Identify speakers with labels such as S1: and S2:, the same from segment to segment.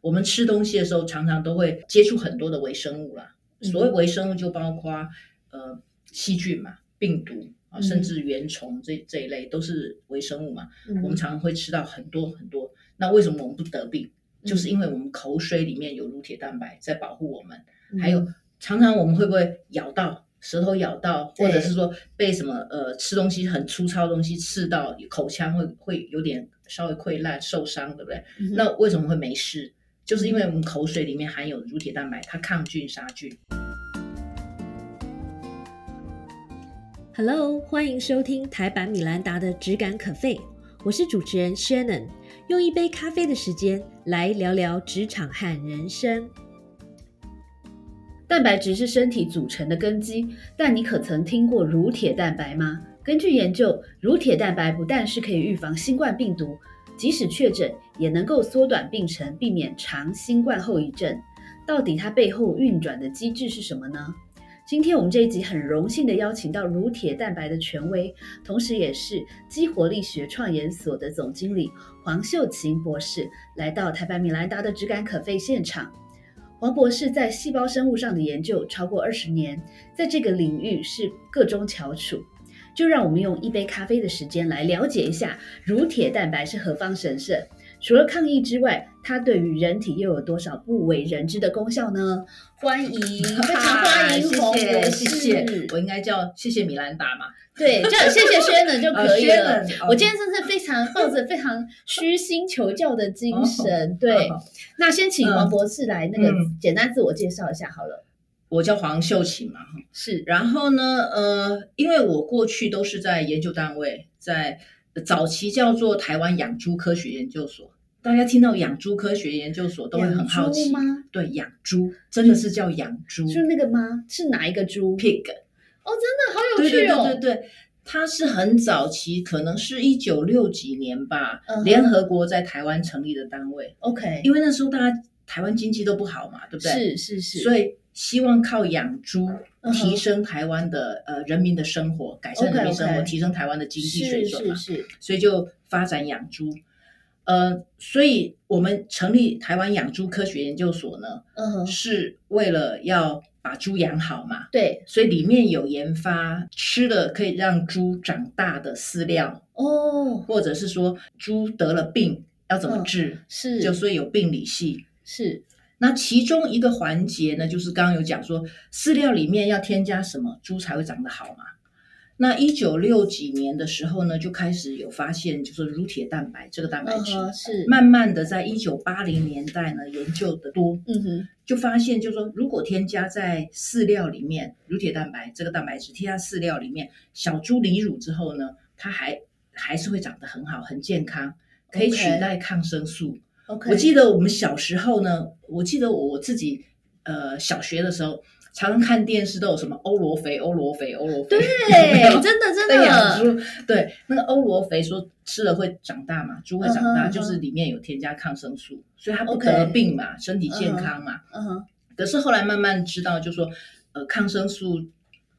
S1: 我们吃东西的时候常常都会接触很多的微生物啦。
S2: 嗯
S1: 所谓微生物就包括呃细菌嘛、病毒啊，
S2: 嗯
S1: 甚至原虫这这一类都是微生物嘛。
S2: 嗯
S1: 我们常常会吃到很多很多。那为什么我们不得病？就是
S2: 嗯
S1: 因为我们口水里面有乳铁蛋白在保护我们。
S3: 嗯
S1: 还有常常我们会不会咬到舌头咬到，或者
S2: 对
S1: 是说被什么呃吃东西很粗糙的东西刺到，口腔会会有点稍微溃烂受伤，对不对？
S2: 嗯
S1: 那为什么会没事？就是因为
S3: 嗯
S1: 我们口水里面含有乳铁蛋白，它抗菌杀 菌。
S2: Hello，欢迎收听台版米兰达的《只感可废》，我是主持人 Shannon，用一杯咖啡的时间来聊聊职场和人生。
S3: 蛋白质是身体组成的根基，但你可曾听过乳铁蛋白吗？根据研究，乳铁蛋白不但是可以预防新冠病毒，即使确诊也能够缩短病程，避免长新冠后遗症。到底它背后运转的机制是什么呢？今天我们这一集很荣幸的邀请到乳铁蛋白的权威，同时也是激活力学创研所的总经理黄秀琴博士来到台版米兰达的质感可废现场。黄博士在细胞生物上的研究超过二十年，在这个领域是各中翘楚。就让我们用一杯咖啡的时间来了解一下乳铁蛋白是何方神圣。除了抗疫之外，它对于人体又有多少不为人知的功效呢？欢 迎，非
S1: 非常欢迎黄博士，
S3: 啊谢
S1: 谢
S3: 谢，
S1: 谢，我应该叫谢谢米兰达嘛？
S3: 对，这样谢谢 Shannon 就可以了。
S1: Shannon，哦
S3: 我今天真是非常抱着非常虚心求教的精神，对。
S1: 哦
S3: 那先请黄
S1: 嗯
S3: 博士来那个
S1: 嗯
S3: 简单自我介绍一下好了。
S1: 我叫黄秀琴嘛，哈
S3: 是，
S1: 然后呢，呃，因为我过去都是在研究单位，在早期叫做台湾养猪科学研究所。大家听到养猪科学研究所都会很好
S3: 养
S1: 奇
S3: 猪，吗？
S1: 对，养猪真的是叫养猪
S3: 是那个吗？是哪一个猪？
S1: pig，
S3: 哦，真的好有
S1: 对对
S3: 趣
S1: 对
S3: 哦。
S1: 对对，它是很早期，可能是一九六几年吧
S3: 嗯哼
S1: 联合国在台湾成立的单位，
S3: OK，
S1: 因为那时候大家台湾经济都不好嘛，对不对？
S3: 是是是，
S1: 所
S3: 以
S1: 以希望靠养猪
S3: 嗯哼
S1: 提升台湾的呃人民的生活，改善
S3: OK，
S1: 人民生活，
S3: OK
S1: 提升台湾的经济水
S3: 是
S1: 准嘛
S3: 是，是，
S1: 所以就发展养猪。呃，所以我们成立台湾养猪科学研究所呢，
S3: 嗯哼，
S1: 是为了要把猪养好嘛，
S3: 对
S1: 所以里面有研发吃的可以让猪长大的饲料，
S3: 哦，
S1: 或者是说猪得了病要怎么
S3: 嗯
S1: 治，
S3: 是
S1: 就所以有病理系。
S3: 是
S1: 那其中一个环节呢，就是刚刚有讲说，饲料里面要添加什么，猪才会长得好嘛。那一九六几年的时候呢，就开始有发现，就是乳铁蛋白这个蛋白
S3: 嗯
S1: 质，
S3: 哼是，
S1: 慢慢的在一九八零年代呢，研究的多，
S3: 嗯哼
S1: 就发现，就是说，如果添加在饲料里面，乳铁蛋白这个蛋白质添加饲料里面，小猪离乳之后呢，它还还是会长得很好，很健康，可以取
S3: OK
S1: 代抗生素。
S3: ，OK，
S1: 我记得我们小时候呢，我记得我自己呃小学的时候，常常看电视都有什么欧罗肥、欧罗肥、欧罗肥，有没
S3: 对，
S1: 有
S3: 真的真
S1: 在养
S3: 的，
S1: 猪，对那个欧罗肥说吃了会长大嘛，猪会长
S3: 嗯
S1: 大，
S3: 哼嗯哼
S1: 就是里面有添加抗生素，所以它不
S3: OK
S1: 得病嘛，身体健康嘛。
S3: 嗯哼，
S1: 可是后来慢慢知道，就说呃抗生素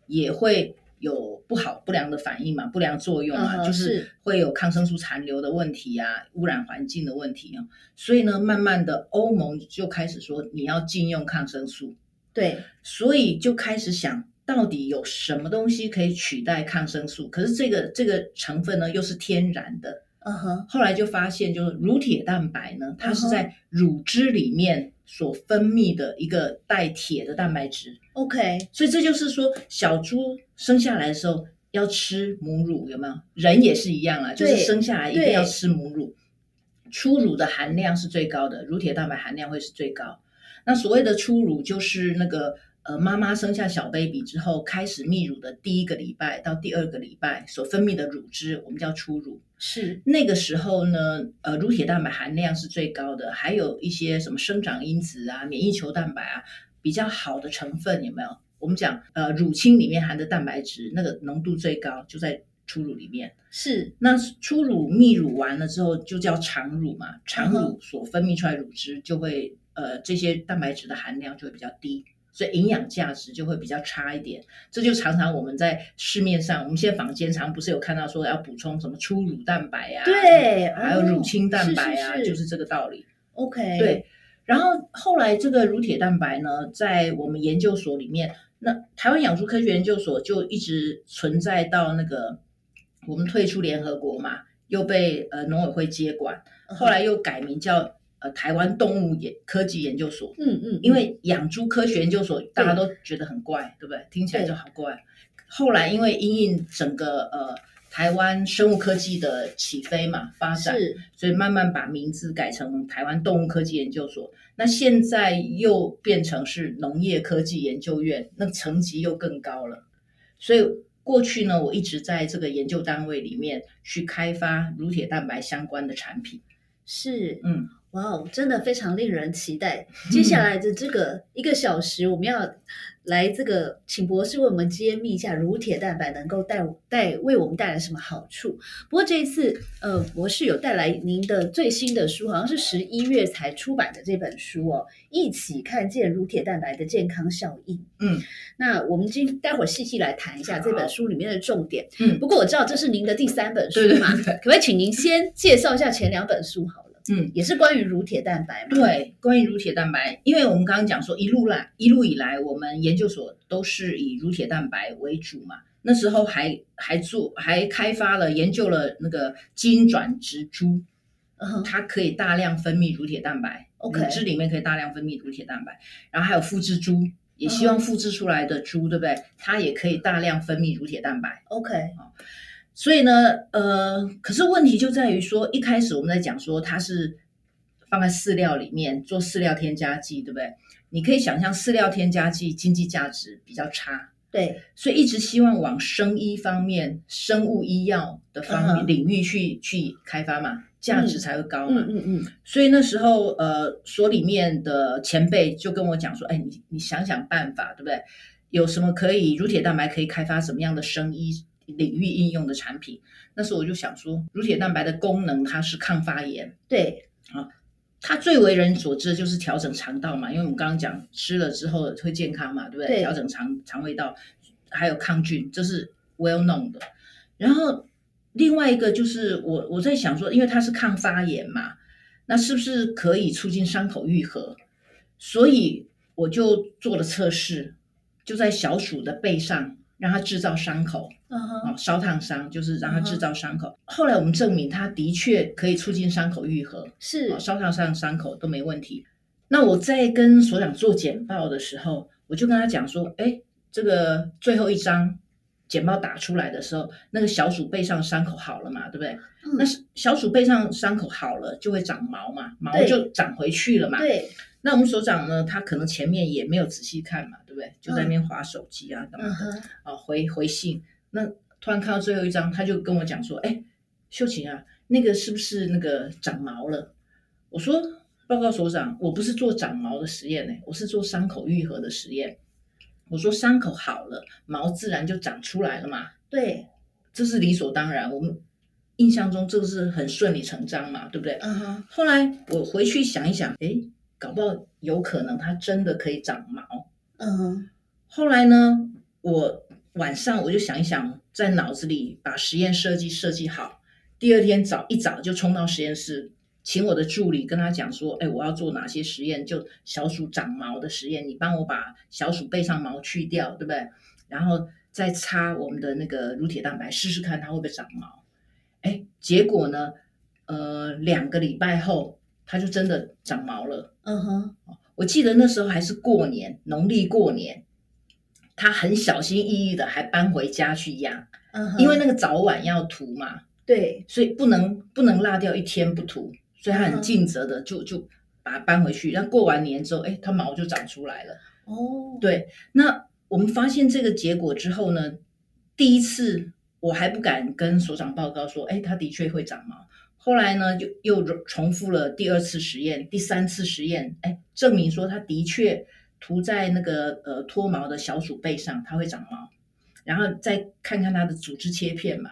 S1: 也会有不好不良的反应嘛，不良作用
S3: 嗯
S1: 啊，
S3: 哼
S1: 就是
S3: 是
S1: 会有抗生素残留的问题啊，污染环境的问题啊。所以呢，慢慢的欧盟就开始说你要禁用抗生素，
S3: 对，
S1: 所以就开始想。到底有什么东西可以取代抗生素？可是这个这个成分呢，又是天然的。
S3: 嗯哼，
S1: 后来就发现，就是乳铁蛋白呢，它是
S3: 嗯哼
S1: 在乳汁里面所分泌的一个带铁的蛋白质。
S3: OK，
S1: 所以这就是说，小猪生下来的时候要吃母乳，有没有？人也是一样啊，就是
S3: 对
S1: 生下来一定
S3: 对
S1: 要吃母乳。初乳的含量是最高的，乳铁蛋白含量会是最高。那所谓的初乳，就是那个呃，妈妈生下小 baby 之后开始泌乳的第一个礼拜到第二个礼拜所分泌的乳汁，我们叫初乳。
S3: 是
S1: 那个时候呢，呃，乳铁蛋白含量是最高的，还有一些什么生长因子啊、免疫球蛋白啊，比较好的成分有没有？我们讲，呃，乳清里面含的蛋白质那个浓度最高，就在初乳里面。
S3: 是，
S1: 那初乳泌乳完了之后，就叫常乳嘛，常
S3: 嗯
S1: 乳所分泌出来乳汁就会，呃，这些蛋白质的含量就会比较低。所以营养价值就会比较差一点，这就常常我们在市面上，我们现在坊间常不是有看到说要补充什么初乳蛋白啊，
S3: 对，
S1: 还有
S3: 哦
S1: 乳清蛋白啊，
S3: 是
S1: 就是这个道理。
S3: OK，
S1: 对，然后后来这个乳铁蛋白呢，在我们研究所里面，那台湾养猪科学研究所就一直存在到那个我们退出联合国嘛，又被呃农委会接管，后来又改名叫呃台湾动物研科技研究所。
S3: 嗯嗯，
S1: 因为养猪科学研究所大家都觉得很怪，对不对？听起来就好怪。后来因为因应整个呃台湾生物科技的起飞嘛发展，
S3: 是
S1: 所以慢慢把名字改成台湾动物科技研究所。那现在又变成是农业科技研究院，那层级又更高了。所以过去呢，我一直在这个研究单位里面去开发乳铁蛋白相关的产品。
S3: 是，
S1: 嗯，
S3: 哇哦，真的非常令人期待。接下来的这个一个小时，我们要来这个，请博士为我们揭秘一下乳铁蛋白能够带带为我们带来什么好处。不过这一次，呃，博士有带来您的最新的书，好像是十一月才出版的这本书哦，《一起看见乳铁蛋白的健康效应》。
S1: 嗯，
S3: 那我们今待会儿细细来谈一下这本
S1: 好
S3: 书里面的重点。
S1: 嗯
S3: 不过我知道这是您的第三本书
S1: 对对
S3: 嘛，可不可以请您先介绍一下前两本书好了？
S1: 嗯，
S3: 也是关于乳铁蛋白嘛。，
S1: 对，关于乳铁蛋白，因为我们刚刚讲说一路来一路以来，我们研究所都是以乳铁蛋白为主嘛。那时候还还做还开发了研究了那个基因转植株，
S3: 嗯
S1: 它可以大量分泌乳铁蛋白
S3: OK
S1: 乳汁里面可以大量分泌乳铁蛋白，然后还有复制猪，也希望复制出来的
S3: 嗯
S1: 猪，对不对？它也可以大量分泌乳铁蛋白。
S3: ，OK，
S1: 所以呢，呃，可是问题就在于说，一开始我们在讲说它是放在饲料里面做饲料添加剂，对不对？你可以想象饲料添加剂经济价值比较差，
S3: 对，
S1: 所以一直希望往生医方面、生物医药的方
S3: 嗯哼
S1: 面领域去去开发嘛，价值才会高
S3: 嗯
S1: 嘛。
S3: 嗯嗯，
S1: 所以那时候，呃，所里面的前辈就跟我讲说，哎，你你想想办法，对不对？有什么可以乳铁蛋白可以开发什么样的生医领域应用的产品？那时候我就想说，乳铁蛋白的功能它是抗发炎，
S3: 对，
S1: 它最为人所知的就是调整肠道嘛，因为我们刚刚讲吃了之后会健康嘛，对不对？
S3: 对
S1: 调整肠肠胃道，还有抗菌，这是 well known 的。然后另外一个就是我我在想说，因为它是抗发炎嘛，那是不是可以促进伤口愈合？所以我就做了测试，就在小鼠的背上让它制造伤口，
S3: 嗯
S1: 啊、
S3: 哼，
S1: 烧烫伤就是让它
S3: 嗯哼
S1: 制造伤口。后来我们证明它的确可以促进伤口愈合。
S3: 是
S1: 哦，烧烫伤伤口都没问题。那我在跟所长做简报的时候，我就跟他讲说，哎，这个最后一张简报打出来的时候，那个小鼠背上伤口好了嘛，对不对？
S3: 嗯
S1: 那是小鼠背上伤口好了，就会长毛嘛，毛
S3: 对
S1: 就长回去了嘛。
S3: 对，
S1: 那我们所长呢，他可能前面也没有仔细看嘛，对不对？就在那边划手机啊，干嘛
S3: 嗯
S1: 的？
S3: 哼，
S1: 啊回回信，那突然看到最后一张，他就跟我讲说：“哎，秀琴啊，那个是不是那个长毛了？”我说：“报告所长，我不是做长毛的实验呢、我是做伤口愈合的实验。”我说：“伤口好了，毛自然就长出来了嘛，
S3: 对，
S1: 这是理所当然。我们印象中这是很顺理成章嘛，对不对？”
S3: 嗯哼，
S1: 后来我回去想一想，哎，搞不好有可能它真的可以长毛。
S3: 嗯哼，
S1: 后来呢，我晚上我就想一想，在脑子里把实验设计设计好。第二天早一早就冲到实验室，请我的助理跟他讲说：“哎，我要做哪些实验？就小鼠长毛的实验，你帮我把小鼠背上毛去掉，对不对？然后再擦我们的那个乳铁蛋白，试试看它会不会长毛。”哎，结果呢，呃，两个礼拜后，它就真的长毛了。
S3: 嗯哼，
S1: 我记得那时候还是过年，农历过年，他很小心翼翼的还搬回家去养，
S3: 嗯哼，
S1: 因为那个早晚要涂嘛，
S3: 对，
S1: 所以不能不能落掉一天不涂，所以他
S3: 嗯
S1: 很尽责的就就把它搬回去。那过完年之后，哎，它毛就长出来了。
S3: 哦，
S1: 对，那我们发现这个结果之后呢，第一次我还不敢跟所长报告说，哎，它的确会长毛。后来呢，就又重复了第二次实验、第三次实验，哎，证明说它的确涂在那个呃脱毛的小鼠背上，它会长毛。然后再看看它的组织切片嘛，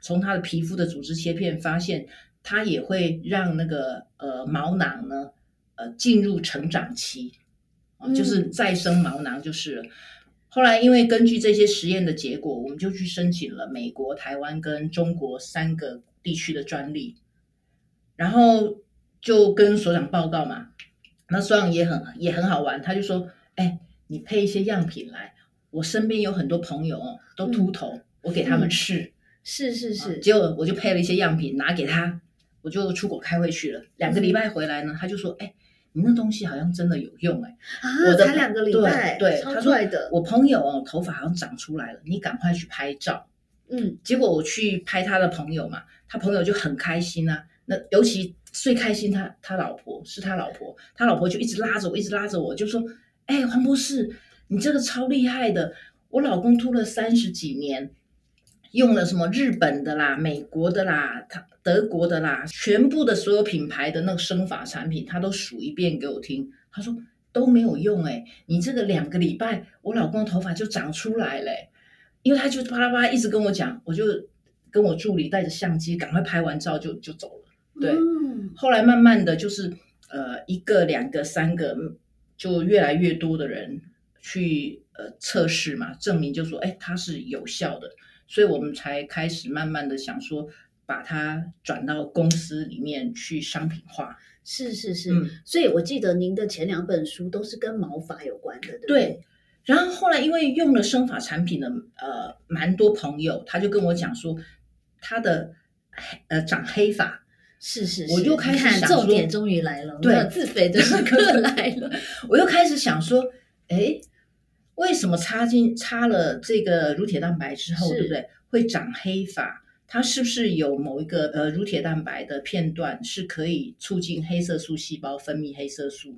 S1: 从它的皮肤的组织切片发现，它也会让那个呃毛囊呢，呃进入成长期，啊，就是
S3: 嗯
S1: 再生毛囊就是了。后来因为根据这些实验的结果，我们就去申请了美国、台湾跟中国三个地区的专利，然后就跟所长报告嘛。那双也很也很好玩，他就说：“哎，你配一些样品来，我身边有很多朋友哦，都秃头，我给他们试。
S3: 是是是，
S1: 结果我就配了一些样品拿给他，我就出国开会去了。两个礼拜回来呢，他就说：“哎，你那东西好像真的有用哎、
S3: 啊，
S1: 我的
S3: 才两个礼拜，
S1: 对对，
S3: 超
S1: 他
S3: 帅的，
S1: 我朋友哦，头发好像长出来了，你赶快去拍照。
S3: 嗯，
S1: 结果我去拍他的朋友嘛，他朋友就很开心啊。那尤其最开心他他老婆是他老婆，他老婆就一直拉着我，一直拉着我，就说：“哎、黄博士，你这个超厉害的！我老公秃了三十几年，用了什么日本的啦、美国的啦、他德国的啦，全部的所有品牌的那个生发产品，他都数一遍给我听。他说都没有用哎、你这个两个礼拜，我老公的头发就长出来了、欸因为他就巴拉巴拉一直跟我讲，我就跟我助理带着相机赶快拍完照就就走了。对，
S3: 嗯
S1: 后来慢慢的就是呃一个两个三个，嗯就越来越多的人去呃测试嘛，证明就说哎它是有效的，所以我们才开始慢慢的想说把它转到公司里面去商品化。
S3: 是是是，
S1: 嗯，
S3: 所以我记得您的前两本书都是跟毛发有关的，对不
S1: 对，然后后来因为用了生发产品的呃蛮多朋友，他就跟我讲说他的黑呃长黑发。
S3: 是是是，
S1: 我就开始
S3: 你看
S1: 想说
S3: 重点终于来了，我
S1: 对
S3: 们的自肥的时刻 来了，
S1: 我又开始想说，哎，为什么擦进擦了这个乳铁蛋白之后，
S3: 是
S1: 对不对，会长黑发？它是不是有某一个呃乳铁蛋白的片段是可以促进黑色素细胞分泌黑色素？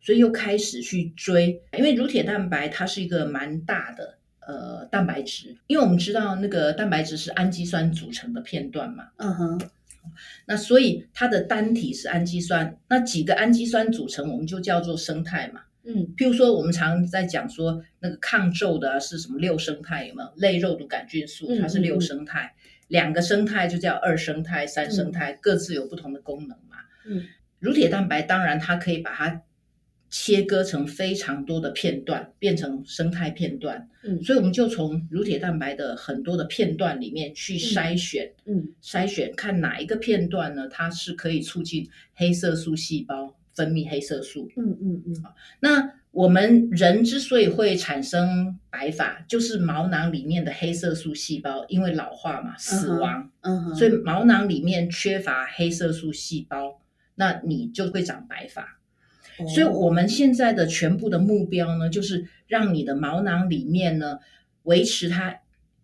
S1: 所以又开始去追，因为乳铁蛋白它是一个蛮大的呃蛋白质，因为我们知道那个蛋白质是氨基酸组成的片段嘛，
S3: 嗯哼，
S1: 那所以它的单体是氨基酸，那几个氨基酸组成我们就叫做生态嘛。
S3: 嗯
S1: 譬如说，我们常在讲说那个抗皱的、啊、是什么六生态，有没有类肉毒杆菌素？
S3: 嗯
S1: 它是六生态，两个生态就叫二生态、三生态，各自有不同的功能嘛。
S3: 嗯，
S1: 乳铁蛋白当然它可以把它切割成非常多的片段，变成生态片段。
S3: 嗯
S1: 所以我们就从乳铁蛋白的很多的片段里面去筛选，
S3: 嗯，
S1: 筛选看哪一个片段呢，它是可以促进黑色素细胞分泌黑色素。
S3: 嗯嗯嗯，
S1: 那我们人之所以会产生白发，就是毛囊里面的黑色素细胞因为老化嘛死亡，
S3: 嗯哼，
S1: 所以毛囊里面缺乏黑色素细胞，那你就会长白发。
S3: 哦
S1: 所以我们现在的全部的目标呢，就是让你的毛囊里面呢维持它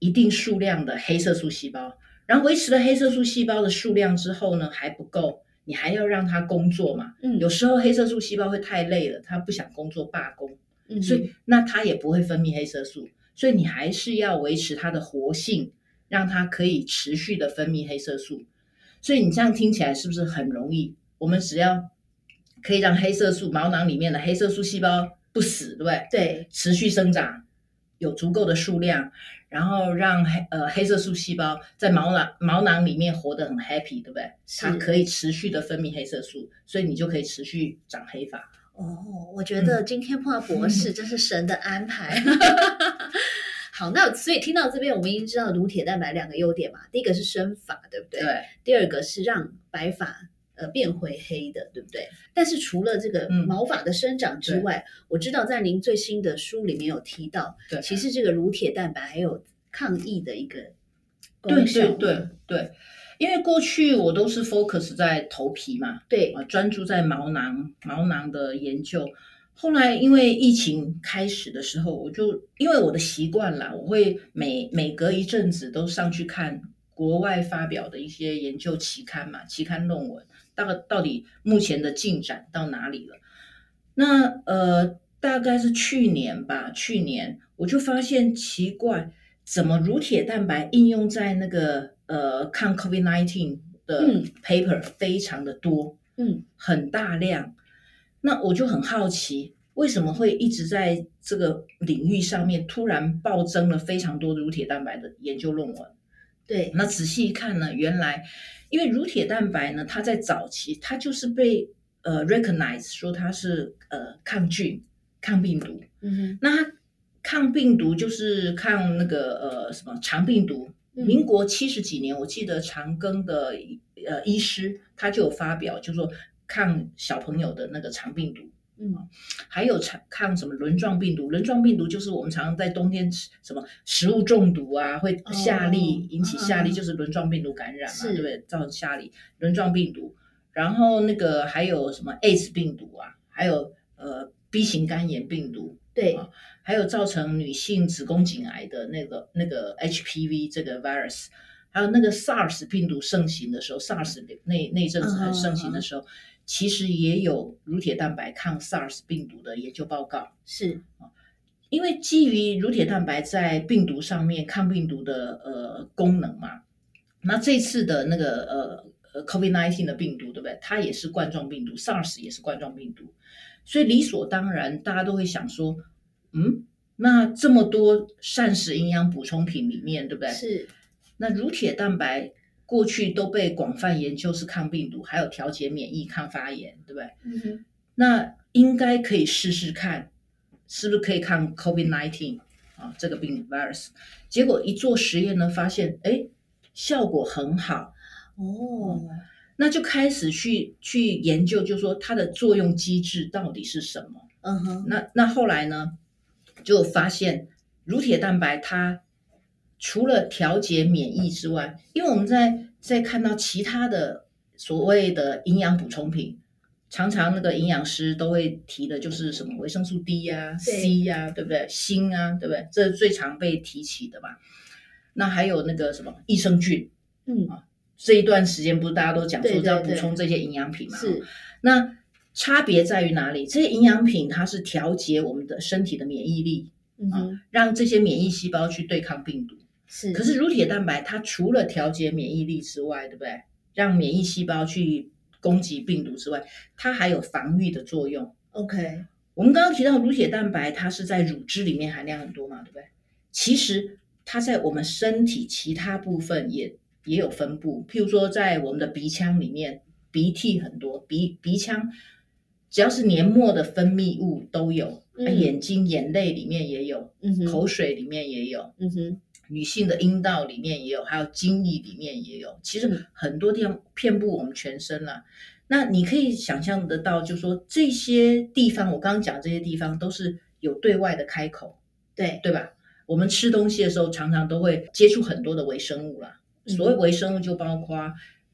S1: 一定数量的黑色素细胞，然后维持了黑色素细胞的数量之后呢还不够，你还要让它工作嘛，
S3: 嗯
S1: 有时候黑色素细胞会太累了，它不想工作罢工，
S3: 嗯
S1: 所以那它也不会分泌黑色素，所以你还是要维持它的活性，让它可以持续的分泌黑色素。所以你这样听起来是不是很容易？我们只要可以让黑色素毛囊里面的黑色素细胞不死，对不对？
S3: 对
S1: 持续生长，有足够的数量，然后让黑呃黑色素细胞在毛囊毛囊里面活得很 happy，对不对？
S3: 是
S1: 它可以持续的分泌黑色素，所以你就可以持续长黑发。
S3: 哦，我觉
S1: 嗯
S3: 得今天碰到 博士真是神的安排。好，那所以听到这边，我们已经知道乳铁蛋白两个优点嘛，第一个是生发，对不对？第二个是让白发呃变回黑的，对不对？但是除了这个
S1: 嗯
S3: 毛发的生长之外，我知道在您最新的书里面有提到，
S1: 对
S3: 其实这个乳铁蛋白还有抗疫的一个功
S1: 对
S3: 效
S1: 对
S3: 嘛，
S1: 对对，因为过去我都是 focus 在头皮嘛，
S3: 对
S1: 啊，专注在毛囊毛囊的研究。后来因为疫情开始的时候，我就因为我的习惯啦，我会每每隔一阵子都上去看国外发表的一些研究期刊嘛，期刊论文，到到底目前的进展到哪里了？那呃，大概是去年吧，去年我就发现奇怪，怎么乳铁蛋白应用在那个呃抗 COVID nineteen 的
S3: 嗯
S1: paper 非常的多，
S3: 嗯，
S1: 很大量。那我就很好奇，为什么会一直在这个领域上面突然暴增了非常多乳铁蛋白的研究论文？
S3: 对，
S1: 那仔细一看呢，原来因为乳铁蛋白呢，它在早期它就是被呃 recognize 说它是呃抗菌、抗病毒。
S3: 嗯
S1: 那它抗病毒就是抗那个呃什么肠病毒。
S3: 嗯
S1: 民国七十几年，我记得长庚的呃医师他就有发表，就说抗小朋友的那个肠病毒。
S3: 嗯
S1: 还有常抗什么轮状病毒，轮状病毒就是我们常常在冬天吃什么食物中毒啊，会
S3: 哦
S1: 下痢、引起下
S3: 嗯
S1: 痢，就是轮状病毒感染嘛，
S3: 是
S1: 对不对？造成下痢，轮状病毒。然后那个还有什么 AIDS 病毒啊，还有呃 B 型肝炎病毒，
S3: 对，
S1: 啊还有造成女性子宫颈癌的那个那个 HPV 这个 virus，还有那个 SARS 病毒盛行的时候，SARS 那那一阵子很盛行的时候，其实也有乳铁蛋白抗 SARS 病毒的研究报告。
S3: 是
S1: 因为基于乳铁蛋白在病毒上面抗病毒的呃功能嘛，那这次的那个呃呃 COVID nineteen 的病毒，对不对？它也是冠状病毒，SARS 也是冠状病毒，所以理所当然，大家都会想说，嗯，那这么多膳食营养补充品里面，对不对？
S3: 是，
S1: 那乳铁蛋白过去都被广泛研究是抗病毒，还有调节免疫、抗发炎，对不对？
S3: 嗯哼，
S1: 那应该可以试试看，是不是可以抗 COVID nineteen 啊这个病 virus？结果一做实验呢，发现哎效果很好，嗯
S3: 哦，
S1: 那就开始去去研究，就说它的作用机制到底是什么？
S3: 嗯哼，
S1: 那那后来呢，就发现乳铁蛋白它除了调节免疫之外，因为我们在在看到其他的所谓的营养补充品，常常那个营养师都会提的就是什么维生素 D 呀、C 呀、对不对？锌啊，对不对？这是最常被提起的嘛。那还有那个什么益生菌，啊
S3: 嗯，
S1: 这一段时间不是大家都讲
S3: 对
S1: 说
S3: 对
S1: 要
S3: 对
S1: 补充这些营养品嘛？
S3: 是，
S1: 那差别在于哪里？这些营养品它是调节我们的身体的免疫力，
S3: 嗯哼，
S1: 让这些免疫细胞去对抗病毒。
S3: 是，
S1: 可是乳铁蛋白它除了调节免疫力之外，对不对？让免疫细胞去攻击病毒之外，它还有防御的作用。
S3: OK，
S1: 我们刚刚提到乳铁蛋白，它是在乳汁里面含量很多嘛，对不对？其实它在我们身体其他部分也也有分布，譬如说在我们的鼻腔里面，鼻涕很多，鼻鼻腔只要是黏膜的分泌物都有，
S3: 嗯
S1: 啊眼睛眼泪里面也有，
S3: 嗯哼，
S1: 口水里面也有，
S3: 嗯哼，
S1: 女性的阴道里面也有，还有精液里面也有，其
S3: 嗯
S1: 实很多地方遍布我们全身啦、那你可以想象得到，就说这些地方，我刚刚讲这些地方都是有对外的开口，
S3: 对，
S1: 对吧？我们吃东西的时候，常常都会接触很多的微生物啦。
S3: 嗯
S1: 所谓微生物，就包括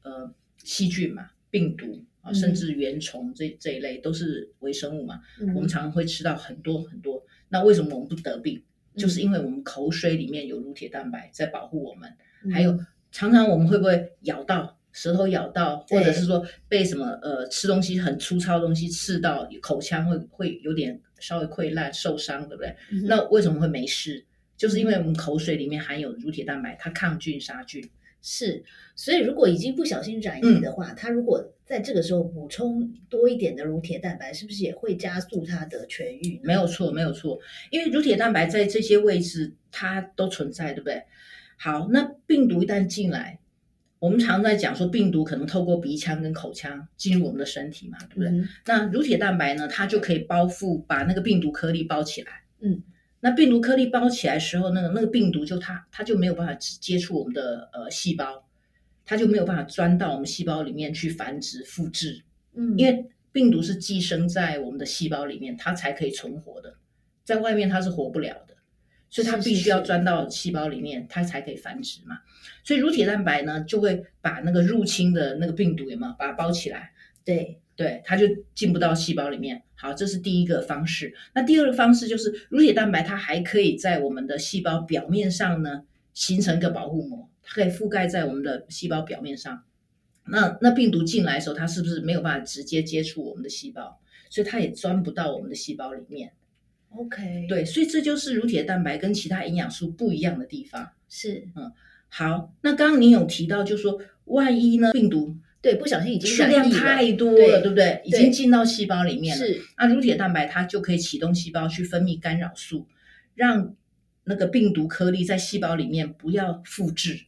S1: 呃细菌嘛、病毒啊，
S3: 嗯
S1: 甚至原虫这这一类都是微生物嘛。我们
S3: 嗯
S1: 常常会吃到很多很多。那为什么我们不得病？就是
S3: 嗯
S1: 因为我们口水里面有乳铁蛋白在保护我们，
S3: 嗯
S1: 还有常常我们会不会咬到舌头咬到，或者
S3: 对
S1: 是说被什么呃吃东西很粗糙的东西刺到，口腔会会有点稍微溃烂受伤，对不对？
S3: 嗯哼嗯
S1: 那为什么会没事？就是因为我们口水里面含有乳铁蛋白，它抗菌杀菌。
S3: 是，所以如果已经不小心染
S1: 嗯
S3: 疫的话，它如果在这个时候补充多一点的乳铁蛋白，是不是也会加速它的痊愈呢？
S1: 没有错，没有错，因为乳铁蛋白在这些位置它都存在，对不对？好，那病毒一旦进来，我们常在讲说病毒可能透过鼻腔跟口腔进入我们的身体嘛，对不对？
S3: 嗯哼，
S1: 那乳铁蛋白呢，它就可以包覆把那个病毒颗粒包起来。
S3: 嗯，
S1: 那病毒颗粒包起来的时候，那个那个病毒就它它就没有办法直接触我们的呃细胞，它就没有办法钻到我们细胞里面去繁殖复制。
S3: 嗯，
S1: 因为病毒是寄生在我们的细胞里面，它才可以存活的，在外面它是活不了的，所以它
S3: 是是
S1: 必须要
S3: 是
S1: 钻到细胞里面，它才可以繁殖嘛。所以乳铁蛋白呢，就会把那个入侵的那个病毒有没有把它包起来，
S3: 对，
S1: 对，它就进不到细胞里面。好，这是第一个方式。那第二个方式就是乳铁蛋白，它还可以在我们的细胞表面上呢形成一个保护膜，它可以覆盖在我们的细胞表面上。那那病毒进来的时候，它是不是没有办法直接接触我们的细胞？所以它也钻不到我们的细胞里面。
S3: ，OK，，
S1: 对，所以这就是乳铁蛋白跟其他营养素不一样的地方。
S3: 是
S1: 好，那刚刚你有提到，就说万一呢病毒
S3: 对，不小心已经
S1: 数
S3: 染
S1: 量
S3: 疫了，
S1: 太多
S3: 对
S1: 了，对不对？已
S3: 对
S1: 经进到细胞里面了。
S3: 是，
S1: 那乳铁蛋白它就可以启动细胞去分泌干扰素，让那个病毒颗粒在细胞里面不要复制，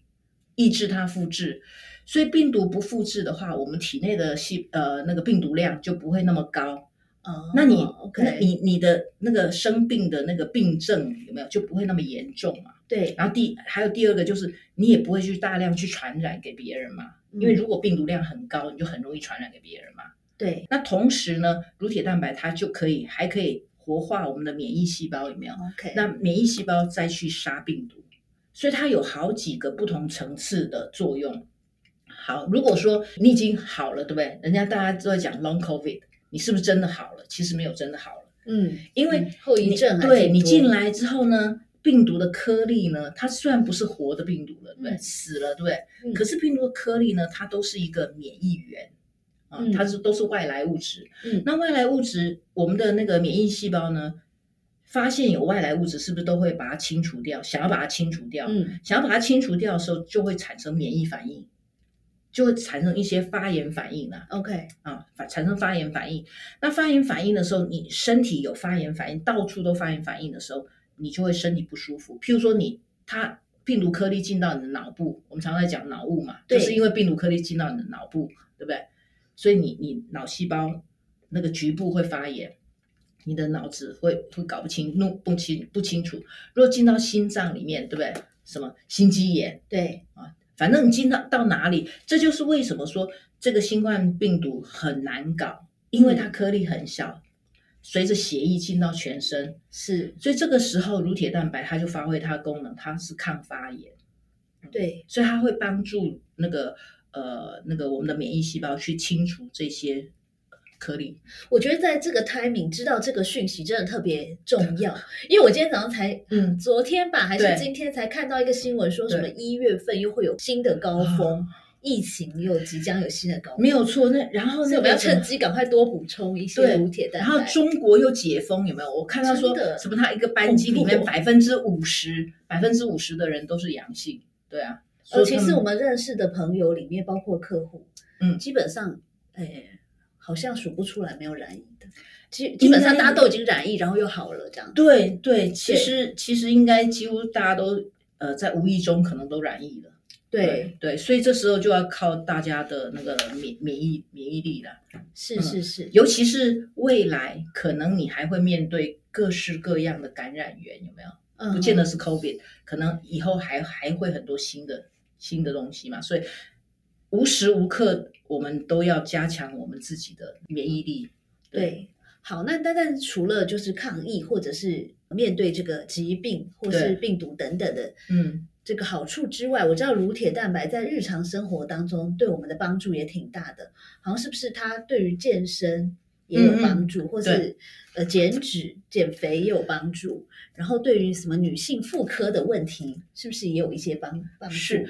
S1: 抑制它复制。所以病毒不复制的话，我们体内的细呃那个病毒量就不会那么高。
S3: 哦，
S1: 那你、那
S3: OK，
S1: 你你的那个生病的那个病症有没有就不会那么严重嘛？
S3: 对，
S1: 然后第还有第二个就是你也不会去大量去传染给别人嘛，因为
S3: 嗯
S1: 如果病毒量很高，你就很容易传染给别人嘛。
S3: 对，
S1: 那同时呢，乳铁蛋白它就可以还可以活化我们的免疫细胞，有没有？
S3: ，OK，
S1: 那免疫细胞再去杀病毒，所以它有好几个不同层次的作用。好，如果说你已经好了，对不对？人家大家都在讲 long covid，你是不是真的好了？其实没有真的好了，
S3: 嗯，
S1: 因为
S3: 嗯后遗
S1: 你
S3: 症还
S1: 对
S3: 挺
S1: 你
S3: 多
S1: 进来之后呢，病毒的颗粒呢，它虽然不是活的病毒了，对不对？
S3: 嗯
S1: 死了，对不对？
S3: 嗯
S1: 可是病毒的颗粒呢，它都是一个免疫源啊
S3: 嗯，
S1: 它是都是外来物质。
S3: 嗯
S1: 那外来物质，我们的那个免疫细胞呢，发现有外来物质，是不是都会把它清除掉？想要把它清除掉，
S3: 嗯
S1: 想要把它清除掉的时候，就会产生免疫反应，就会产生一些发炎反应啦、
S3: ，OK，
S1: 啊，反产生发炎反应。那发炎反应的时候，你身体有发炎反应，到处都发炎反应的时候，你就会身体不舒服。譬如说你它病毒颗粒进到你的脑部，我们常常在讲脑雾嘛，
S3: 对
S1: 就是因为病毒颗粒进到你的脑部，对不对？所以你你脑细胞那个局部会发炎。你的脑子会会搞不清、弄不清、不清楚。如果进到心脏里面，对不对？什么心肌炎，
S3: 对，
S1: 反正你进到到哪里，这就是为什么说这个新冠病毒很难搞，因为
S3: 嗯
S1: 它颗粒很小，随着血液进到全身，
S3: 是，
S1: 所以这个时候乳铁蛋白它就发挥它的功能，它是抗发炎，
S3: 对，
S1: 所以它会帮助那个呃那个我们的免疫细胞去清除这些颗粒。
S3: 我觉得在这个 timing 知道这个讯息真的特别重要，因为我今天早上才。
S1: 嗯，
S3: 昨天吧，还是
S1: 对
S3: 今天才看到一个新闻，说什么
S1: 对啊
S3: 一月份又会有新的高峰，疫情又即将有新的高峰，
S1: 没有错。那然后
S3: 所以
S1: 那
S3: 我们
S1: 个
S3: 要
S1: 什么
S3: 趁机赶快多补充一些
S1: 对
S3: 乳铁蛋
S1: 然
S3: 白。呃
S1: 后中国又解封，有没有？我看到说
S3: 真的
S1: 什么，他一个班级里面
S3: 恐怖哦
S1: 百分之五十，百分之五十的人都是阳性，对啊。所
S3: 呃，
S1: 以
S3: 其
S1: 他
S3: 实
S1: 们
S3: 我们认识的朋友里面，包括客户，
S1: 嗯
S3: 基本上，哎，好像数不出来没有染疫的，基基本上大家都已经染疫，然后又好了这样。
S1: 对对，其实其实应该几乎大家都呃在无意中可能都染疫了。
S3: 对，
S1: 对，所以这时候就要靠大家的那个免免疫免疫力了，
S3: 是是是，
S1: 尤其是未来可能你还会面对各式各样的感染源，有没有？
S3: 嗯
S1: 不见得是 COVID，可能以后还还会很多新的新的东西嘛，所以无时无刻我们都要加强我们自己的免疫力。
S3: 对。好，那但但除了就是抗疫，或者是面对这个疾病或是
S1: 对
S3: 病毒等等的
S1: 嗯，
S3: 这个好处之外，我知道乳铁蛋白在日常生活当中对我们的帮助也挺大的，好像是不是它对于健身也有帮助，或是
S1: 嗯对
S3: 呃减脂减肥也有帮助，然后对于什么女性妇科的问题，是不是也有一些帮帮助
S1: 是
S3: 呢？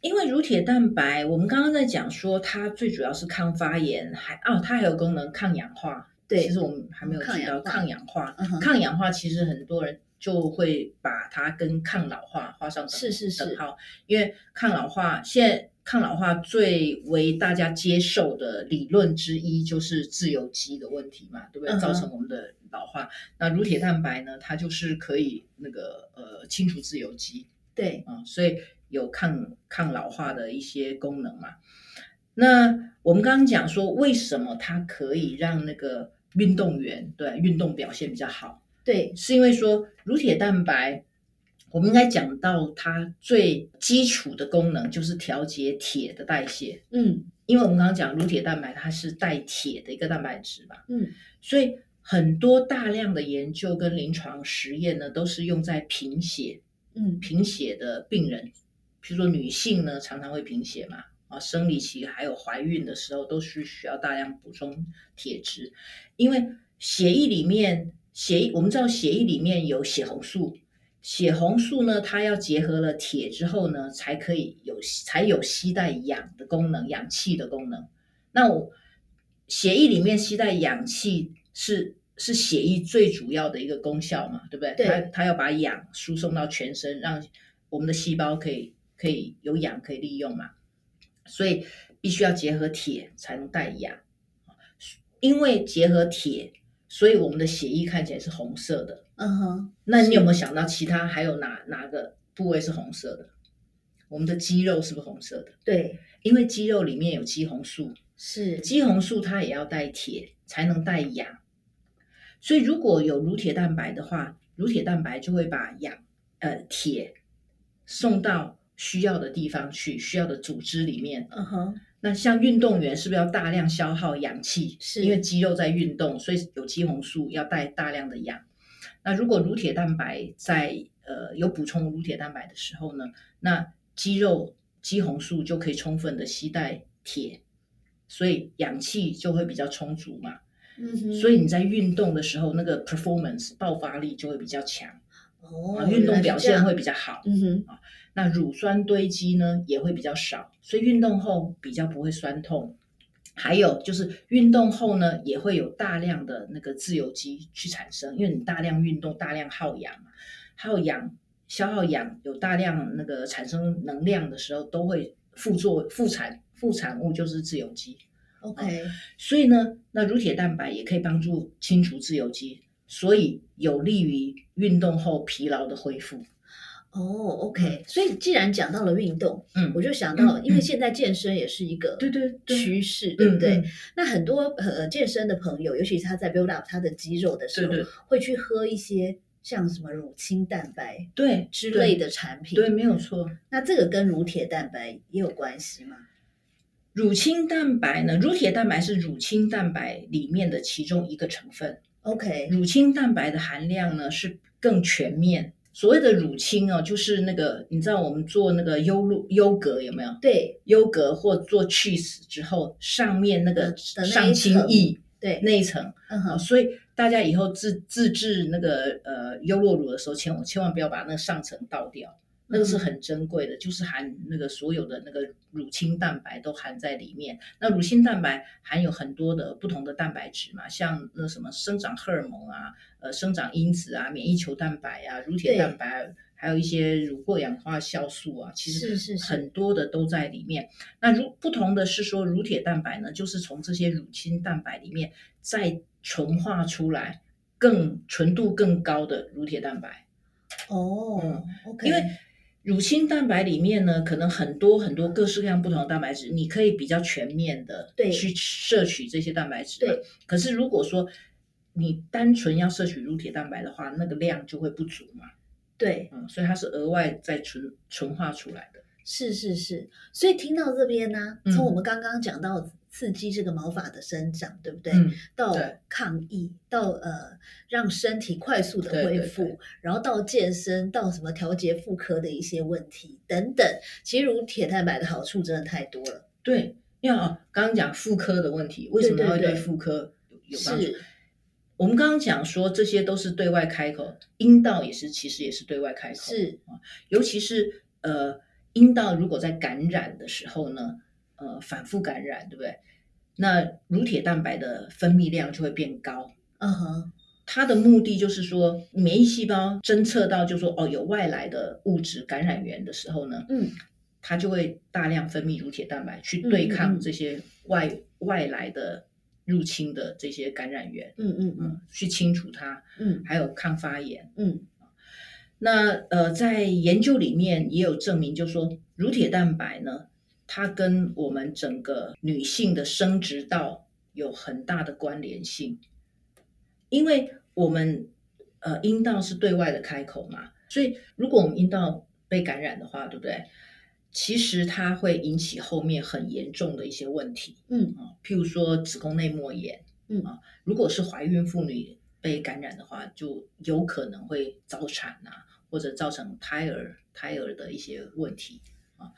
S1: 因为乳铁蛋白，我们刚刚在讲说它最主要是抗发炎，还哦它还有功能抗氧化。
S3: 对嗯
S1: 其实我们还没有
S3: 抗
S1: 提到
S3: 氧化
S1: 抗氧化，
S3: 嗯哼
S1: 抗氧化其实很多人就会把它跟抗老化画上等
S3: 是是是
S1: 等号，因为抗老化现在抗老化最为大家接受的理论之一就是自由基的问题嘛，对不
S3: 嗯
S1: 对？
S3: 哼
S1: 造成我们的老化。那乳铁蛋白呢，它就是可以那个呃清除自由基，
S3: 对，
S1: 啊、所以有抗抗老化的一些功能嘛。那我们刚刚讲说，为什么它可以让那个运动员对运动表现比较好，
S3: 对，
S1: 是因为说乳铁蛋白，我们应该讲到它最基础的功能就是调节铁的代谢，
S3: 嗯
S1: 因为我们刚刚讲乳铁蛋白它是带铁的一个蛋白质嘛，
S3: 嗯，
S1: 所以很多大量的研究跟临床实验呢，都是用在贫血
S3: 嗯
S1: 贫血的病人，比如说女性呢，常常会贫血嘛，啊，生理期还有怀孕的时候，都是需要大量补充铁质，因为血液里面血液，我们知道血液里面有血红素，血红素呢，它要结合了铁之后呢，才可以有才有吸带氧的功能，氧气的功能。那我血液里面吸带氧气是是血液最主要的一个功效嘛，对不对？
S3: 对
S1: 它它要把氧输送到全身，让我们的细胞可以可以有氧可以利用嘛，所以必须要结合铁才能带氧。因为结合铁，所以我们的血液看起来是红色的。
S3: 嗯哼，
S1: 那
S3: 是
S1: 你有没有想到其他还有哪哪个部位是红色的？我们的肌肉是不是红色的？
S3: 对，
S1: 因为肌肉里面有肌红素，
S3: 是，
S1: 肌红素它也要带铁，才能带氧。所以如果有乳铁蛋白的话，乳铁蛋白就会把氧呃铁送到需要的地方去，需要的组织里面。
S3: 嗯哼，
S1: 那像运动员是不是要大量消耗氧气？
S3: 是
S1: 因为肌肉在运动，所以有肌红素要带大量的氧。那如果乳铁蛋白在呃有补充乳铁蛋白的时候呢，那肌肉肌红素就可以充分的吸带铁，所以氧气就会比较充足嘛。
S3: 嗯哼
S1: 所以你在运动的时候，那个 performance 爆发力就会比较强，啊
S3: 哦，
S1: 运动
S3: 原来是
S1: 表
S3: 这样
S1: 现会比较好。
S3: 嗯哼，
S1: 那乳酸堆积呢也会比较少，所以运动后比较不会酸痛。还有就是运动后呢，也会有大量的那个自由基去产生，因为你大量运动，大量耗氧嘛，耗氧消耗氧，有大量那个产生能量的时候，都会副作副产副产物就是自由基。
S3: OK，
S1: 所以呢，那乳铁蛋白也可以帮助清除自由基，所以有利于运动后疲劳的恢复。
S3: 哦，OK，所以既然讲到了运动，
S1: 嗯
S3: 我就想到，
S1: 嗯
S3: 因为
S1: 嗯
S3: 现在健身也是一个
S1: 对对对嗯
S3: 趋势，对
S1: 对
S3: 不
S1: 不对？
S3: 对？那很多呃健身的朋友，尤其是他在 build up 他的肌肉的时
S1: 对
S3: 候，
S1: 对
S3: 会去喝一些像什么乳清蛋白
S1: 对
S3: 之类的嗯产品，
S1: 对，没有错。
S3: 那这个跟乳铁蛋白也有关系吗？
S1: 乳清蛋白呢？乳铁蛋白是乳清蛋白里面的其中一个成分。
S3: OK，
S1: 乳清蛋白的含量呢是更全面。所谓的乳清哦，就是那个你知道我们做那个优酪优格有没有？
S3: 对
S1: 优格或做 cheese 之后，上面那个
S3: 那一
S1: 上清
S3: 层
S1: 液
S3: 对，
S1: 那一层
S3: 嗯
S1: 啊，
S3: 哼，
S1: 所以大家以后自自制那个呃优酪乳的时候，千万千万不要把那个上层倒掉，那
S3: 嗯
S1: 个是很珍贵的，就是含那个所有的那个乳清蛋白都含在里面。那乳清蛋白含有很多的不同的蛋白质嘛，像那什么生长荷尔蒙啊、呃生长因子啊、免疫球蛋白啊、乳铁
S3: 对
S1: 蛋白啊，还有一些乳过氧化酵素啊，其实
S3: 是是是嗯
S1: 很多的都在里面。那如不同的是说，乳铁蛋白呢，就是从这些乳清蛋白里面再纯化出来更纯度更高的乳铁蛋白。
S3: 哦
S1: 嗯
S3: ，OK，
S1: 因为乳清蛋白里面呢，可能很多很多各式各样不同的蛋白质，你可以比较全面的
S3: 对
S1: 去摄取这些蛋白质。
S3: 对，
S1: 可是如果说你单纯要摄取乳铁蛋白的话，那个量就会不足嘛。
S3: 对，
S1: 嗯，所以它是额外再纯纯化出来的。
S3: 是是是，所以听到这边呢，
S1: 嗯
S3: 从我们刚刚讲到刺激这个毛发的生长，对不对？
S1: 嗯，
S3: 到
S1: 对
S3: 抗疫，到呃让身体快速的
S1: 对
S3: 恢
S1: 对
S3: 复
S1: 对，
S3: 然后到健身，到什么调节妇科的一些问题等等。其实乳铁蛋白的好处真的太多了，
S1: 对，要哦，刚刚讲妇科的问题，为什么
S3: 对对
S1: 会
S3: 对
S1: 对妇科有有帮助
S3: 是？
S1: 我们刚刚讲说这些都是对外开口，阴道也是，其实也是对外开口。啊
S3: 是
S1: 尤其是呃阴道如果在感染的时候呢，呃反复感染，对不对？那乳铁蛋白的分泌量就会变高。
S3: 嗯哼，
S1: 它的目的就是说，免疫细胞侦测到就说哦有外来的物质感染源的时候呢，
S3: 嗯，
S1: 它就会大量分泌乳铁蛋白去对
S3: 嗯嗯嗯
S1: 抗这些外、外来的入侵的这些感染源，
S3: 嗯嗯嗯
S1: 嗯，去清除它，
S3: 嗯
S1: 还有抗发炎。
S3: 嗯，
S1: 那呃，在研究里面也有证明，就说乳铁蛋白呢，它跟我们整个女性的生殖道有很大的关联性，因为我们呃阴道是对外的开口嘛，所以如果我们阴道被感染的话，对不对？其实它会引起后面很严重的一些问题，
S3: 嗯
S1: 啊，譬如说子宫内膜炎，
S3: 嗯
S1: 啊，如果是怀孕妇女被感染的话，就有可能会早产啊，或者造成胎儿胎儿的一些问题啊，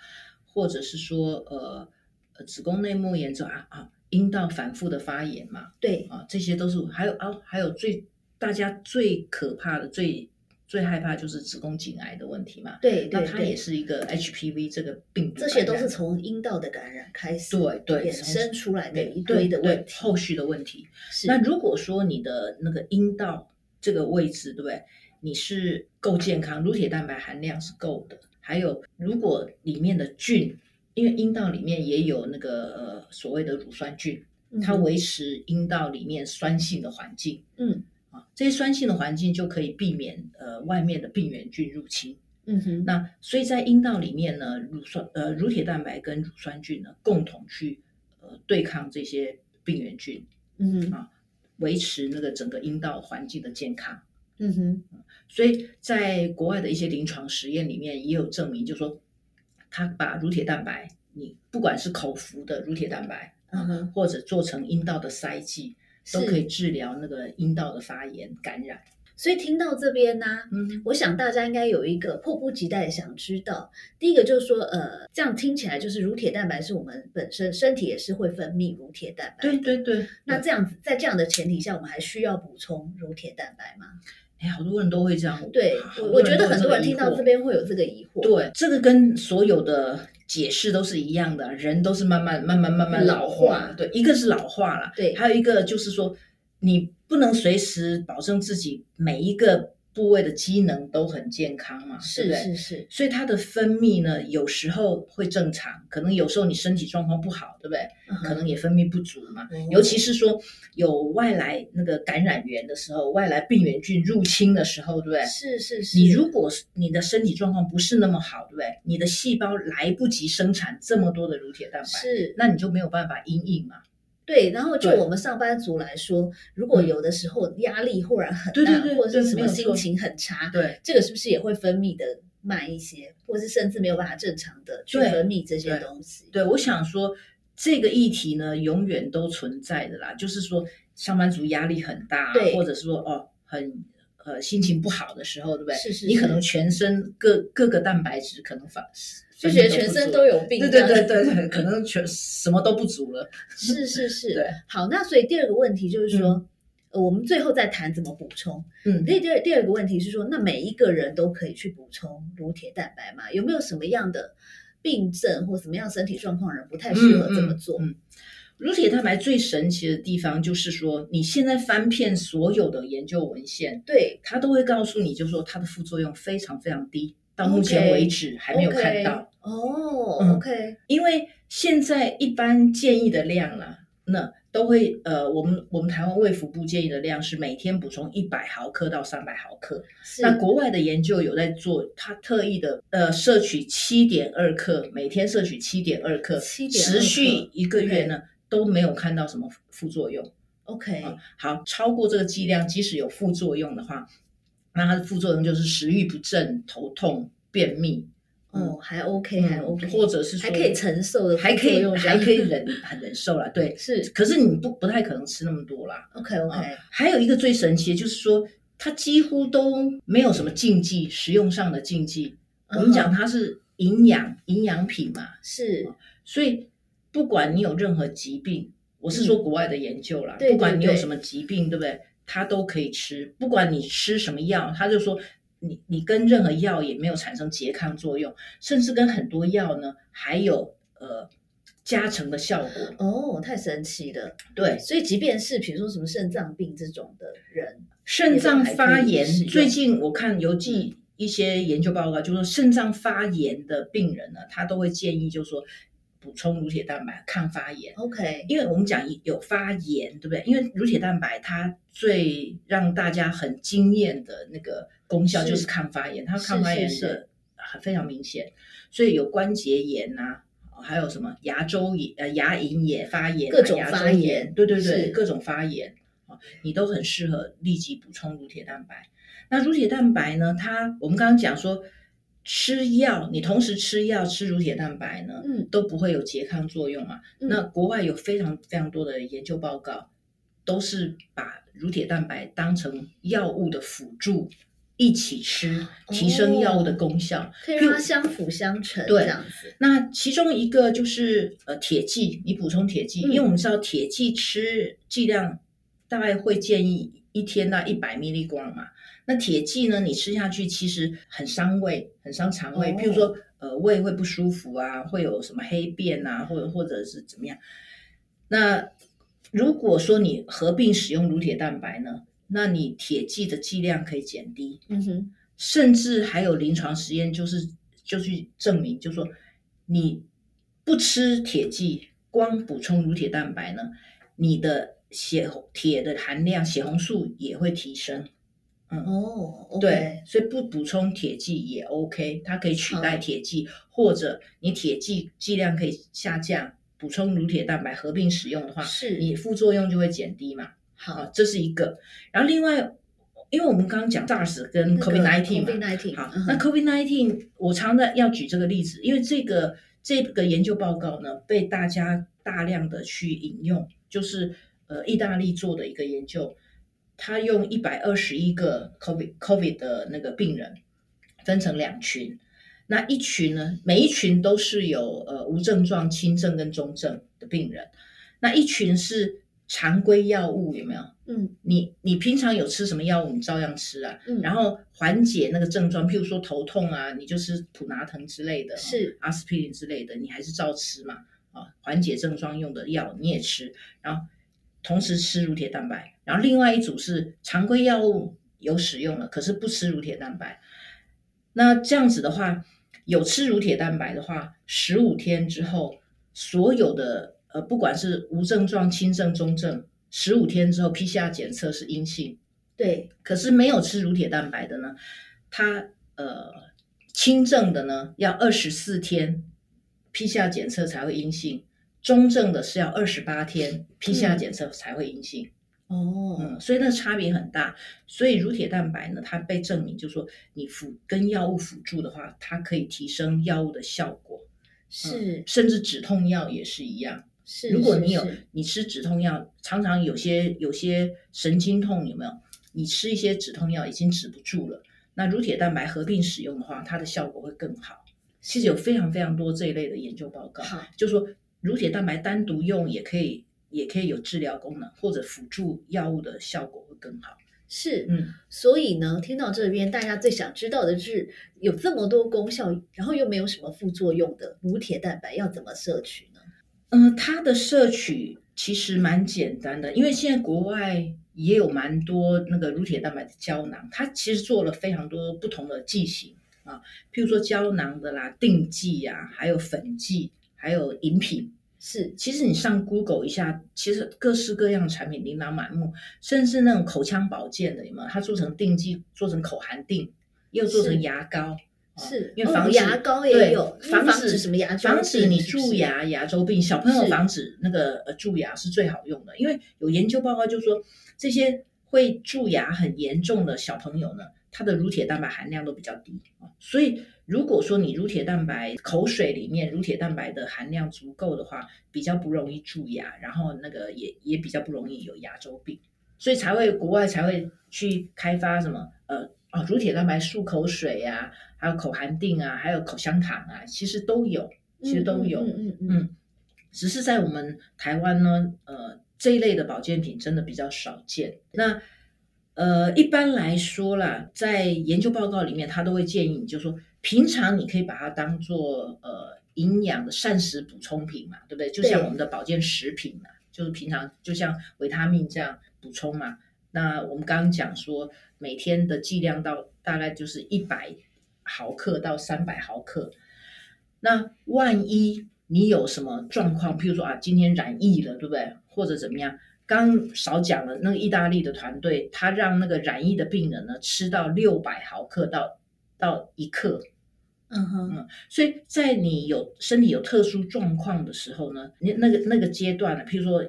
S1: 或者是说呃呃子宫内膜炎之后啊啊阴道反复的发炎嘛，
S3: 对，
S1: 啊，这些都是还有啊，还有最大家最可怕的、最最害怕就是子宫颈癌的问题嘛。
S3: 对
S1: 那
S3: 对
S1: 它也
S3: 对，
S1: 是一个 HPV 这个病毒
S3: 这
S1: 感染，
S3: 些都是从阴道的感染开始，
S1: 对对
S3: 衍生出来的一堆
S1: 对
S3: 的
S1: 对
S3: 问题。
S1: 后续的问题。
S3: 是
S1: 那如果说你的那个阴道这个位置，对不对？你是够健康，乳铁蛋白含量是够的。还有，如果里面的菌，因为阴道里面也有那个呃所谓的乳酸菌，它
S3: 嗯
S1: 维持阴道里面酸性的环境。
S3: 嗯
S1: 啊，这些酸性的环境就可以避免呃外面的病原菌入侵。
S3: 嗯哼，
S1: 那所以在阴道里面呢，乳酸呃乳铁蛋白跟乳酸菌呢共同去呃对抗这些病原菌，
S3: 嗯哼
S1: 啊维持那个整个阴道环境的健康。
S3: 嗯哼，
S1: 所以在国外的一些临床实验里面也有证明，就是说它把乳铁蛋白你不管是口服的乳铁蛋白，
S3: 嗯哼，
S1: 或者做成阴道的塞剂，
S3: 是
S1: 都可以治疗那个阴道的发炎感染。
S3: 所以听到这边呢、
S1: 嗯，
S3: 我想大家应该有一个迫不及待地想知道，第一个就是说，呃，这样听起来就是乳铁蛋白是我们本身身体也是会分泌乳铁蛋白。
S1: 对。对对，
S3: 那这样子，在这样的前提下，我们还需要补充乳铁蛋白吗？
S1: 哎，好多人都会这样。
S3: 对
S1: 啊好
S3: 我，
S1: 多
S3: 我
S1: 人
S3: 觉
S1: 都
S3: 得
S1: 有
S3: 很多
S1: 个
S3: 人
S1: 疑
S3: 听到
S1: 惑
S3: 这边会有这个疑惑。，
S1: 对，这个跟所有的解释都是一样的，人都是慢慢慢慢慢慢
S3: 老
S1: 老
S3: 化
S1: 化。对，一个是老化了，
S3: 对
S1: 还有一个就是说，你不能随时保证自己每一个部位的机能都很健康嘛，对不
S3: 是
S1: 对？
S3: 是是，
S1: 所以它的分泌呢，有时候会正常，可能有时候你身体状况不好，对不对？
S3: 嗯哼
S1: 可能也分泌不足嘛。
S3: 哦
S1: 尤其是说有外来那个感染源的时候，外来病原菌入侵的时候，对不对？
S3: 是是是。
S1: 你如果是你的身体状况不是那么好，对不对？你的细胞来不及生产这么多的乳铁蛋白，
S3: 是
S1: 那你就没有办法阴应嘛。
S3: 对，然后就
S1: 对
S3: 我们上班族来说，如果
S1: 嗯
S3: 有的时候压力忽然很大，
S1: 对对对
S3: 或者是
S1: 对
S3: 什么
S1: 没有
S3: 心
S1: 错
S3: 情很差，
S1: 对
S3: 这个是不是也会分泌的慢一些，或是甚至没有办法正常的去
S1: 对
S3: 分泌这些
S1: 对
S3: 东西？
S1: 对，我想说这个议题呢，永远都存在的啦。就是说，上班族压力很大、啊
S3: 对，
S1: 或者是说哦，很呃心情不好的时候，对不对？
S3: 是是
S1: 你可
S3: 是
S1: 能全身各各个蛋白质可能反
S3: 就觉得全身都
S1: 有。
S3: 有病。
S1: 对对对，对对，可能全什么都不足了。
S3: 是是是
S1: 对。
S3: 好，那所以第二个问题就是说，呃我们最后再谈怎么补充。
S1: 嗯，
S3: 第第二第二个问题是说，那每一个人都可以去补充乳铁蛋白吗？有没有什么样的病症或什么样身体状况的人不太适合这么做？
S1: 嗯嗯嗯乳铁蛋白最神奇的地方就是说，你现在翻遍所有的研究文献，
S3: 对，
S1: 它都会告诉你，就是说它的副作用非常非常低，到目前为止还没有看到。。
S3: 哦、
S1: 嗯
S3: o k
S1: 因为现在一般建议的量啦、那都会呃，我们我们台湾卫福部建议的量是每天补充一百毫克到三百毫克。
S3: 是
S1: 那国外的研究有在做，它特意的呃摄取七点二克，每天摄取七点二克，
S3: 7.2
S1: 持续一个月呢都没有看到什么副作用。
S3: OK，、
S1: 啊好，超过这个剂量，即使有副作用的话，那它的副作用就是食欲不振、头痛、便秘，
S3: 哦，还 OK，、还 OK，
S1: 嗯或者是说
S3: 还可以承受的，
S1: 还可以
S3: 用，
S1: 还可以忍很忍受啦，对。
S3: 是
S1: 可是你不不太可能吃那么多啦。哦
S3: OK OK，、
S1: 还有一个最神奇的就是说，它几乎都没有什么禁忌，食用上的禁忌。我
S3: 嗯
S1: 们讲它是营养营养品嘛，
S3: 是
S1: 所以不管你有任何疾病，我是说国外的研究啦，
S3: 嗯对
S1: 不管你有
S3: 对
S1: 什么疾病，对不对？它都可以吃，不管你吃什么药，他就说你你跟任何药也没有产生拮抗作用，甚至跟很多药呢还有呃加成的效果。
S3: 哦，太神奇了。
S1: 对，
S3: 所以即便是比如说什么肾脏病这种的人，
S1: 肾脏发炎
S3: 也都还可以使用，嗯
S1: 最近我看有几一些研究报告，就说肾脏发炎的病人呢，他都会建议就是说补充乳铁蛋白抗发炎。
S3: OK，
S1: 因为我们讲有发炎，对不对？因为乳铁蛋白它最让大家很惊艳的那个功效
S3: 是
S1: 就是抗发炎，它
S3: 是
S1: 抗发炎
S3: 是
S1: 的很非常明显，所以有关节炎呐、啊，还有什么牙周炎、呃牙龈也发炎啊，
S3: 各种
S1: 牙
S3: 发
S1: 周
S3: 炎
S1: 对对
S3: 是
S1: 对，各种发炎啊，你都很适合立即补充乳铁蛋白。那乳铁蛋白呢？它我们刚刚讲说吃药，你同时吃药吃乳铁蛋白呢，
S3: 嗯，
S1: 都不会有拮抗作用嘛。
S3: 嗯
S1: 那国外有非常非常多的研究报告，都是把乳铁蛋白当成药物的辅助一起吃，提升药物的功效。
S3: 可以让它相辅相成
S1: 对
S3: 这样子。
S1: 那其中一个就是呃铁剂，你补充铁剂，
S3: 嗯
S1: 因为我们知道铁剂吃剂量大概会建议一天到一百 m 利光嘛。那铁剂呢，你吃下去其实很伤胃，很伤肠胃，
S3: 哦
S1: 譬如说呃胃会不舒服啊，会有什么黑便啊，或者或者是怎么样。那如果说你合并使用乳铁蛋白呢，那你铁剂的剂量可以减低，
S3: 嗯哼，
S1: 甚至还有临床实验，就是就去证明，就说你不吃铁剂，光补充乳铁蛋白呢，你的血红铁的含量，血红素也会提升。
S3: 哦，OK，
S1: 对，所以不补充铁剂也 OK，它可以取代
S3: 好
S1: 铁剂，或者你铁剂剂量可以下降，补充乳铁蛋白合并使用的话，
S3: 是
S1: 你副作用就会减低嘛。
S3: 好
S1: 啊，，这是一个。然后另外，因为我们刚刚讲 SARS 跟 COVID-19 嘛，
S3: 嗯 COVID nineteen，
S1: 好，那 COVID nineteen 我常的要举这个例子，因为这个这个研究报告呢，被大家大量的去引用，就是呃，意大利做的一个研究，他用一百二十一个 COVID COVID 的那个病人分成两群，那一群呢，每一群都是有呃无症状、轻症跟中症的病人，那一群是常规药物有没有？
S3: 嗯
S1: 你你平常有吃什么药物，你照样吃啊，
S3: 嗯，
S1: 然后缓解那个症状，譬如说头痛啊，你就吃普拿疼之类的，啊
S3: 是
S1: 阿司匹林之类的，你还是照吃嘛，啊，缓解症状用的药你也吃，然后同时吃乳铁蛋白，然后另外一组是常规药物有使用了，可是不吃乳铁蛋白。那这样子的话，有吃乳铁蛋白的话，十五天之后，所有的呃，不管是无症状、轻症、中症，十五天之后 PCR 检测是阴性，
S3: 对，
S1: 可是没有吃乳铁蛋白的呢，它呃轻症的呢要二十四天 PCR 检测才会阴性，中症的是要二十八天 PCR 检测才会阴性。
S3: 哦，
S1: 嗯，所以那差别很大。所以乳铁蛋白呢，它被证明就说你辅跟药物辅助的话，它可以提升药物的效果，
S3: 是
S1: 甚至止痛药也是一样。
S3: 是，
S1: 嗯如果
S3: 是
S1: 你有
S3: 是
S1: 你吃止痛药，常常有些有些神经痛有没有？你吃一些止痛药已经止不住了，那乳铁蛋白合并使用的话，它的效果会更好。其实有非常非常多这一类的研究报告，
S3: 好，
S1: 就说乳铁蛋白单独用也可以，也可以有治疗功能，或者辅助药物的效果会更好。
S3: 是
S1: 嗯，
S3: 所以呢，听到这边大家最想知道的是，有这么多功效，然后又没有什么副作用的乳铁蛋白要怎么摄取呢？
S1: 嗯、它的摄取其实蛮简单的，因为现在国外也有蛮多那个乳铁蛋白的胶囊，它其实做了非常多不同的剂型啊，譬如说胶囊的啦、定剂呀、还有粉剂，还有饮品。
S3: 是
S1: 其实你上 Google 一下，其实各式各样的产品琳琅满目，甚至那种口腔保健的有没有？它做成定剂，做成口含定，也有做
S3: 是
S1: 成牙膏。啊
S3: 是，
S1: 因为
S3: 哦
S1: 防止
S3: 牙膏
S1: 对
S3: 也有，因为
S1: 防
S3: 止
S1: 止
S3: 什么牙周
S1: 防止
S3: 病
S1: 你
S3: 是不
S1: 蛀
S3: 是
S1: 牙、牙周病。小朋友
S3: 是
S1: 防止那个呃蛀牙是最好用的，因为有研究报告就说，这些会蛀牙很严重的小朋友呢，他的乳铁蛋白含量都比较低啊所以如果说你乳铁蛋白口水里面乳铁蛋白的含量足够的话，比较不容易蛀牙，然后那个也也比较不容易有牙周病，所以才会国外才会去开发什么呃。哦，乳铁蛋白漱口水呀、还有口含定啊，还有口香糖啊，其实都有，其实都有。
S3: 嗯嗯嗯嗯
S1: 嗯，只是在我们台湾呢，呃，这一类的保健品真的比较少见。那呃，一般来说啦，在研究报告里面，他都会建议你，就说平常你可以把它当做呃营养的膳食补充品嘛，对不对？就像
S3: 对
S1: 我们的保健食品嘛，就是平常就像维他命这样补充嘛。那我们刚刚讲说，每天的剂量到大概就是一百毫克到三百毫克。那万一你有什么状况，譬如说啊，今天染疫了，对不对？或者怎么样？刚少讲了，那个意大利的团队，他让那个染疫的病人呢吃到六百毫克到到一克，
S3: 嗯哼，
S1: 所以在你有身体有特殊状况的时候呢，你那个那个阶段呢，譬如说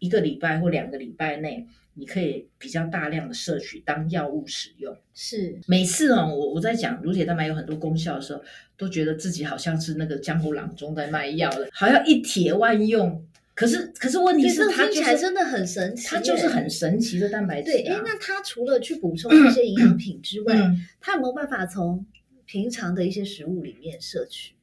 S1: 一个礼拜或两个礼拜内，你可以比较大量的摄取当药物使用。
S3: 是
S1: 每次哦，我我在讲乳铁蛋白有很多功效的时候，都觉得自己好像是那个江湖郎中在卖药了，好像一铁万用。可是可是问题
S3: 对
S1: 是
S3: 这，
S1: 它就
S3: 听起来
S1: 是
S3: 真的很神奇耶，
S1: 它就是很神奇的蛋白质、啊。
S3: 对。哎，那它除了去补充这些营养品之外，
S1: 嗯，
S3: 它有没有办法从平常的一些食物里面摄取？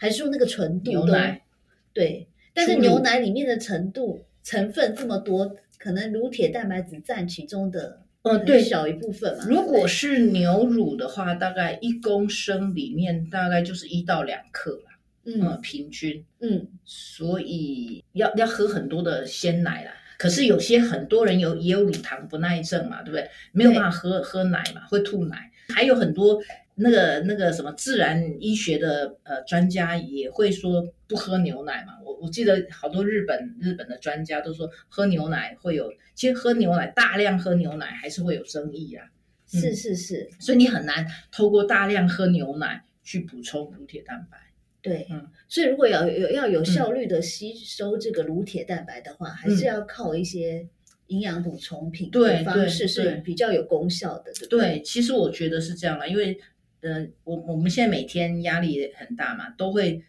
S3: 还是说那个纯度
S1: 牛
S3: 都
S1: 奶
S3: 对？但是
S1: 初乳
S3: 牛奶里面的程度成分这么多，可能乳铁蛋白只占其中的
S1: 呃
S3: 很
S1: 对
S3: 小一部分嘛。
S1: 如果
S3: 是
S1: 是牛乳的话，大概一公升里面大概就是一到两克吧，呃，
S3: 嗯
S1: 平均。
S3: 嗯
S1: 所以要要喝很多的鲜奶啦。可是有些很多人有也有乳糖不耐症嘛，对不对？没有办法喝喝奶嘛，会吐奶。还有很多那个那个什么自然医学的呃专家也会说不喝牛奶嘛。我我记得好多日本日本的专家都说喝牛奶会有，其实喝牛奶大量喝牛奶还是会有争议啊。
S3: 是是是，
S1: 所以你很难透过大量喝牛奶去补充乳铁蛋白。
S3: 对
S1: 嗯。
S3: 所以如果要有要有效率的吸收这个乳铁蛋白的话，还是要靠一些营养补充品的
S1: 嗯对
S3: 方
S1: 对
S3: 式
S1: 对
S3: 是比较有功效的，对不对？
S1: 对，其实我觉得是这样啦，因为呃，我我们现在每天压力也很大嘛，都会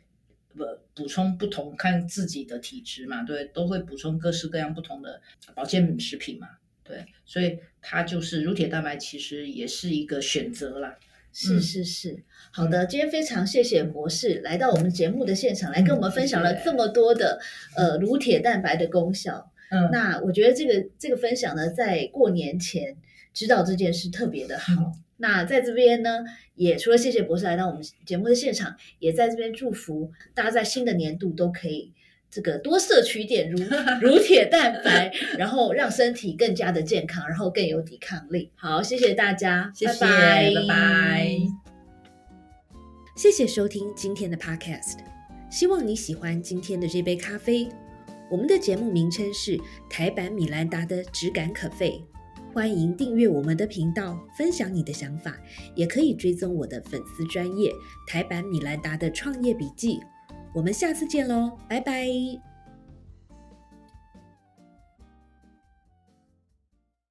S1: 呃补充不同，看自己的体质嘛，对，都会补充各式各样不同的保健食品嘛，对，所以它就是乳铁蛋白其实也是一个选择啦。
S3: 是
S1: 嗯
S3: 是是，好的，今天非常谢谢博士来到我们节目的现场，来跟我们分享了
S1: 嗯谢谢
S3: 这么多的呃乳铁蛋白的功效。
S1: 嗯，
S3: 那我觉得这个这个分享呢，在过年前知道这件事特别的
S1: 嗯
S3: 好。那在这边呢，也除了谢谢博士来到我们节目的现场，也在这边祝福大家在新的年度都可以这个多摄取一 点乳乳铁蛋白，然后让身体更加的健康，然后更有抵抗力。好，谢谢大家，
S1: 谢谢
S3: 拜
S1: 拜拜
S2: 谢谢收听今天的 Podcast，希望你喜欢今天的这杯咖啡。我们的节目名称是台版米兰达的质感可废，欢迎订阅我们的频道，分享你的想法，也可以追踪我的粉丝专业台版米兰达的创业笔记。我们下次见喽，拜拜。